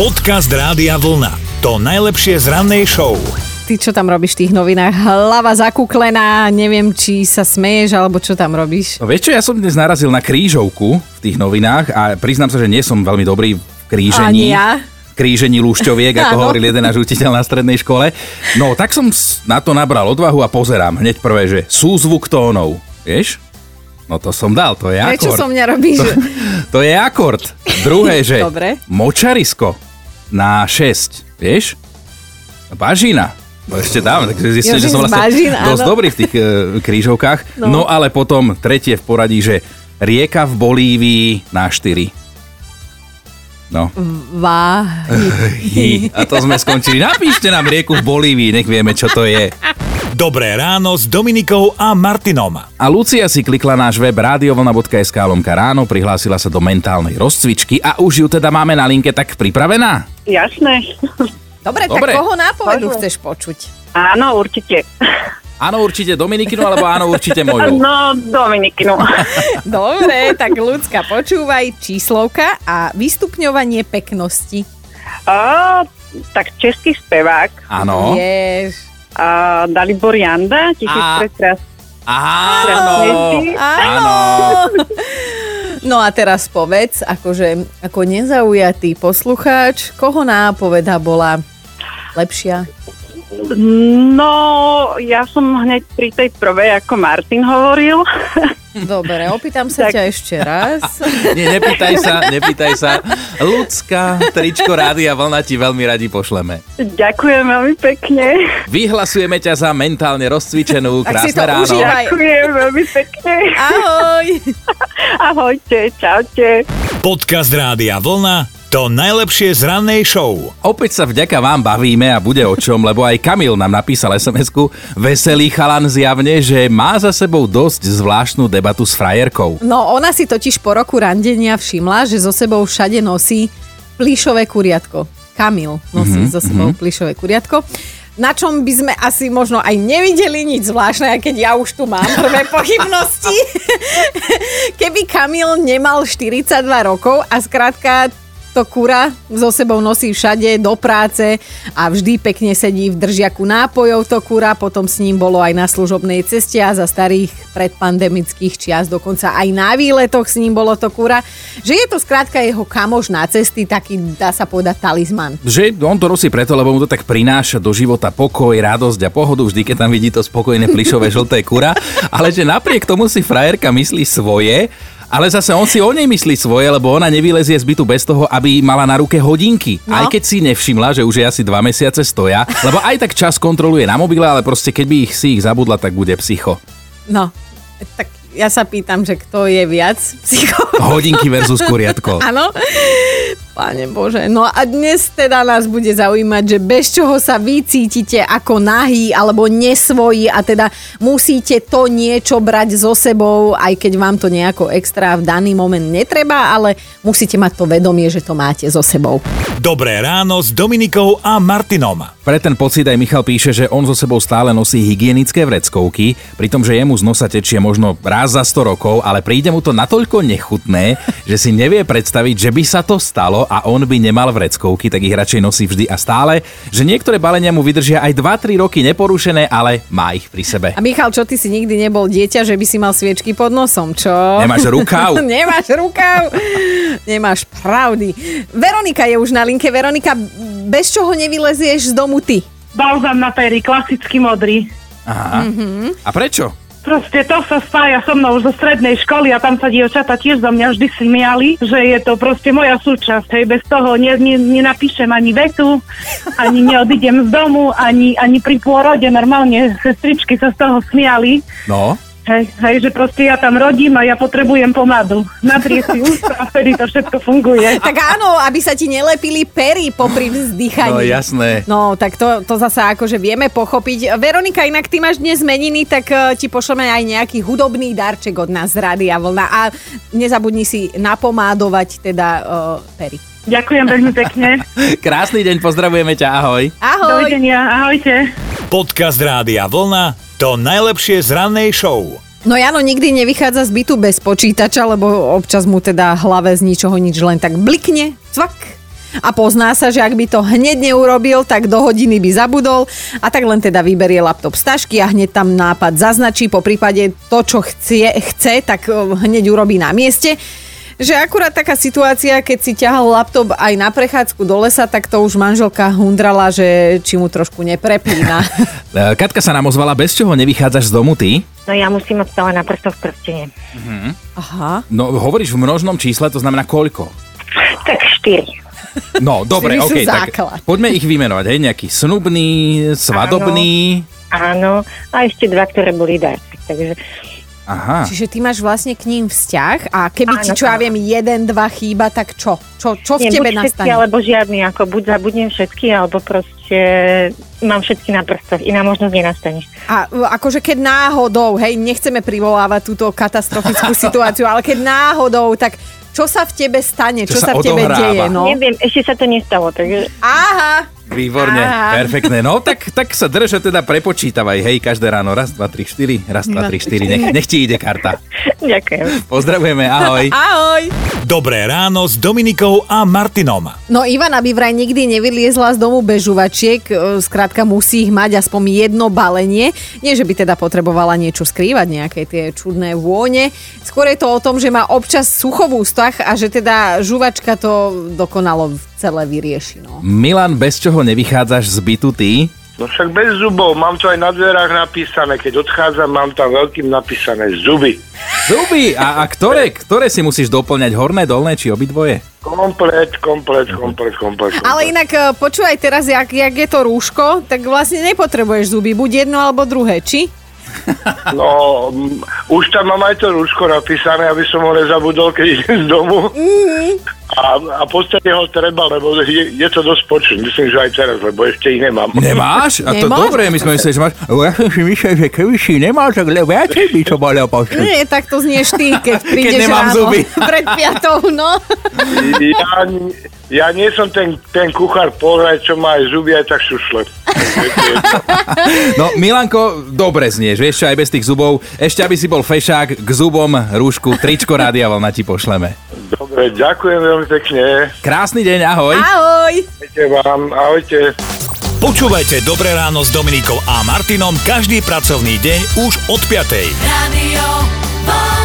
Podcast Rádia Vlna. To najlepšie z rannej show. Ty čo tam robíš v tých novinách? Hlava zakúklená, neviem, či sa smeješ, alebo čo tam robíš? No vieš čo, ja som dnes narazil na krížovku v tých novinách a priznám sa, že nie som veľmi dobrý v Ani krížení. ja. Krížení lúšťoviek, ako Áno. hovoril jeden náš učiteľ na strednej škole. No tak som s- na to nabral odvahu a pozerám hneď prvé, že súzvuk tónov. Vieš? No to som dal, to je Vieš, čo akord. som mňa robíš? To je akord. Druhé, že Dobre. močarisko na 6, vieš? Bažina. No ešte dám, takže zistím, Jožin že z som vlastne bažín, áno. dosť dobrý v tých e, krížovkách. No. No. no ale potom tretie v poradí, že rieka v Bolívii na 4. No. Mhm. Vá. Hi. A to sme skončili. Napíšte nám rieku v Bolívii, nech vieme, čo to je. Dobré ráno s Dominikou a Martinom. A Lucia si klikla náš web radiovlna.sk lomka ráno, prihlásila sa do mentálnej rozcvičky a už ju teda máme na linke tak pripravená. Jasné. Dobre, tak Dobre. koho nápovedu Dobre. chceš počuť? Áno, určite. Áno, určite Dominikinu, alebo áno, určite moju. No, Dominikinu. Dobre, tak ľudská, počúvaj číslovka a vystupňovanie peknosti. Á, tak český spevák Áno. Jež. a Dalibor Janda, tisíc A- prekrás. Áno. Áno. No a teraz povedz, akože ako nezaujatý poslucháč, koho nápoveda bola lepšia? No, ja som hneď pri tej prvej, ako Martin hovoril. Dobre, opýtam sa Tak. ťa ešte raz. Nie, nepýtaj sa, nepýtaj sa. Ľudská, tričko rádia vlna ti veľmi radi pošleme. Ďakujem veľmi pekne. Vyhlasujeme ťa za mentálne rozcvičenú, Tak si krásne to ráno. No. užívaj. Aj. Ďakujem veľmi pekne. Ahoj! Ahojte, čaute. Podcast Rádia Vlna. To najlepšie z rannej show. Opäť sa vďaka vám bavíme a bude o čom, lebo aj Kamil nám napísal SMS-ku. Veselý chalan zjavne, že má za sebou dosť zvláštnu debatu s frajerkou. No ona si totiž po roku randenia všimla, že so sebou všade nosí plíšové kuriatko. Kamil nosí mm-hmm, so sebou mm-hmm. plíšové kuriatko. Na čom by sme asi možno aj nevideli nič zvláštne, aj keď ja už tu mám prvé pochybnosti. Keby Kamil nemal 42 rokov a skrátka to kura so sebou nosí všade do práce a vždy pekne sedí v držiaku nápojov to kura, potom s ním bolo aj na služobnej ceste a za starých predpandemických čias, dokonca aj na výletoch s ním bolo to kura, že je to skrátka jeho kamoš na cesty, taký dá sa povedať talizman. Že on to nosí preto, lebo mu to tak prináša do života pokoj, radosť a pohodu, vždy keď tam vidí to spokojné plišové žlté kura, ale že napriek tomu si frajerka myslí svoje, ale zase on si o nej myslí svoje, lebo ona nevylezie z bytu bez toho, aby mala na ruke hodinky. No. No. Aj keď si nevšimla, že už je asi dva mesiace stoja, lebo aj tak čas kontroluje na mobile, ale proste keď by ich si ich zabudla, tak bude psycho. No, tak ja sa pýtam, že kto je viac psycho. Hodinky versus kuriatko. Áno. Páne Bože. No a dnes teda nás bude zaujímať, že bez čoho sa vy cítite ako nahý alebo nesvojí a teda musíte to niečo brať so sebou, aj keď vám to nejako extra v daný moment netreba, ale musíte mať to vedomie, že to máte so sebou. Dobré ráno s Dominikou a Martinom. Pre ten pocit aj Michal píše, že on so sebou stále nosí hygienické vreckovky, pritom že jemu z nosa tečie možno raz za 100 rokov, ale príde mu to natoľko nechutné, že si nevie predstaviť, že by sa to stalo a on by nemal vreckovky, tak ich radšej nosí vždy a stále, že niektoré balenia mu vydržia aj 2-3 roky neporušené, ale má ich pri sebe. A Michal, čo ty si nikdy nebol dieťa, že by si mal sviečky pod nosom, čo? Nemáš rukav. Nemáš rukav. Nemáš pravdy. Veronika je už na linke. Veronika, bez čoho nevylezieš z domu ty? Balzam na Perry, klasický modrý. Aha. A prečo? Proste to sa spája so mnou zo strednej školy a tam sa dievčata tiež do mňa vždy smiali, že je to proste moja súčasť. Hej, bez toho ne, ne, nenapíšem ani vetu, ani neodídem z domu, ani, ani pri pôrode normálne sestričky sa z toho smiali. No, Hej, hej, že proste ja tam rodím a ja potrebujem pomadu. Natrie si ústa a vtedy to všetko funguje. Tak áno, aby sa ti nelepili pery popri vzdychaní. no jasné. No, tak to, to zasa akože vieme pochopiť. Veronika, inak ty máš dnes meniny, tak eh, ti pošleme aj nejaký hudobný darček od nás z Rádia Vlna. A nezabudni si napomádovať teda uh, pery. Ďakujem veľmi pekne. Krásny deň, pozdravujeme ťa, ahoj. E, Ahoj! Dovidenia, ahojte. Podcast Rádia Vlna. To najlepšie z rannej show. No Jano nikdy nevychádza z bytu bez počítača, lebo občas mu teda hlave z ničoho nič len tak blikne, cvak. a pozná sa, že ak by to hneď neurobil, tak do hodiny by zabudol a tak len teda vyberie laptop z tašky a hneď tam nápad zaznačí, po prípade to, čo chce, chce tak eh, hneď urobí na mieste že akurát taká situácia, keď si ťahal laptop aj na prechádzku do lesa, tak to už manželka hundrala, že či mu trošku neprepína. E, Katka sa nám ozvala, bez čoho nevychádzaš z domu ty? No ja musím mať stále na prstoch prstenie. Aha. No hovoríš v množnom čísle, to znamená koľko? Tak štyri. No, dobre, sú okej, tak základ. poďme ich vymenovať, hej, nejaký snubný, svadobný, Áno. A ešte dva, ktoré boli darci. Takže aha. Čiže ty máš vlastne k ním vzťah a keby Áno, ti, čo ja áno. viem, jeden, dva chýba, tak čo? Čo, čo v nie, tebe buď všetky, nastane? alebo žiadny. Ako buď zabudnem všetky, alebo proste mám všetky na prstoch. Iná možnosť nenastane. A uh, akože keď náhodou, hej, nechceme privolávať túto katastrofickú situáciu, ale keď náhodou, tak čo sa v tebe stane? Čo Čo, sa sa v tebe odohráva? deje? No? Neviem, ešte sa to nestalo. Takže Aha! Výborne, Á. perfektné. No tak, tak sa drž a teda prepočítavaj, hej, každé ráno. Raz, dva, tri, štyri, raz, dva, tri, štyri, nech, nech ti ide karta. ďakujem. Pozdravujeme, ahoj. Ahoj! Dobré ráno s Dominikou a Martinom. No Ivana by vraj nikdy nevyliezla z domu bez žuvačiek, e, skrátka musí ich mať aspoň jedno balenie. Nie, že by teda potrebovala niečo skrývať, nejaké tie čudné vône. Skôr je to o tom, že má občas sucho v ústach a že teda žuvačka to dokonalo celé vyrieši. No. Milan, bez čoho nevychádzaš z bytu ty? No však bez zubov, mám to aj na dverách napísané, keď odchádzam, mám tam veľkým napísané zuby. Zuby! A, a ktoré, ktoré si musíš doplňať? Horné, dolné či obidvoje? Komplet, komplet, komplet, komplet. komplet. Ale inak e, počúvaj teraz, jak, jak je to rúško, tak vlastne nepotrebuješ zuby, buď jedno alebo druhé, či? No, m, už tam mám aj to rúško napísané, aby som ho nezabudol, keď idem z domu. A, a v podstate ho treba, lebo je, je to dosť počuť. Myslím, že aj teraz, lebo ešte ich nemám. Nemáš? A to Nemám. dobre, my sme mysleli, že máš. Lebo Ja som si myslel, že keby si nemal, tak le- viacej by to bolo počuť. Nie, tak to znieš ty, keď prídeš nemám ráno zuby. pred piatou, no. Ja, ja nie som ten, ten kuchár polraj, čo má aj zuby, aj tak šušle. No, Milanko, dobre znieš, vieš čo, aj bez tých zubov. Ešte, aby si bol fešák, k zubom, rúšku, tričko Rádia Vlna ti pošleme. Dobre, ďakujem veľmi pekne. Krásny deň, ahoj. Ahoj! Ďakujem vám, ahojte. Počúvajte Dobré ráno s Dominikou a Martinom každý pracovný deň už od 5. Radio Vlna.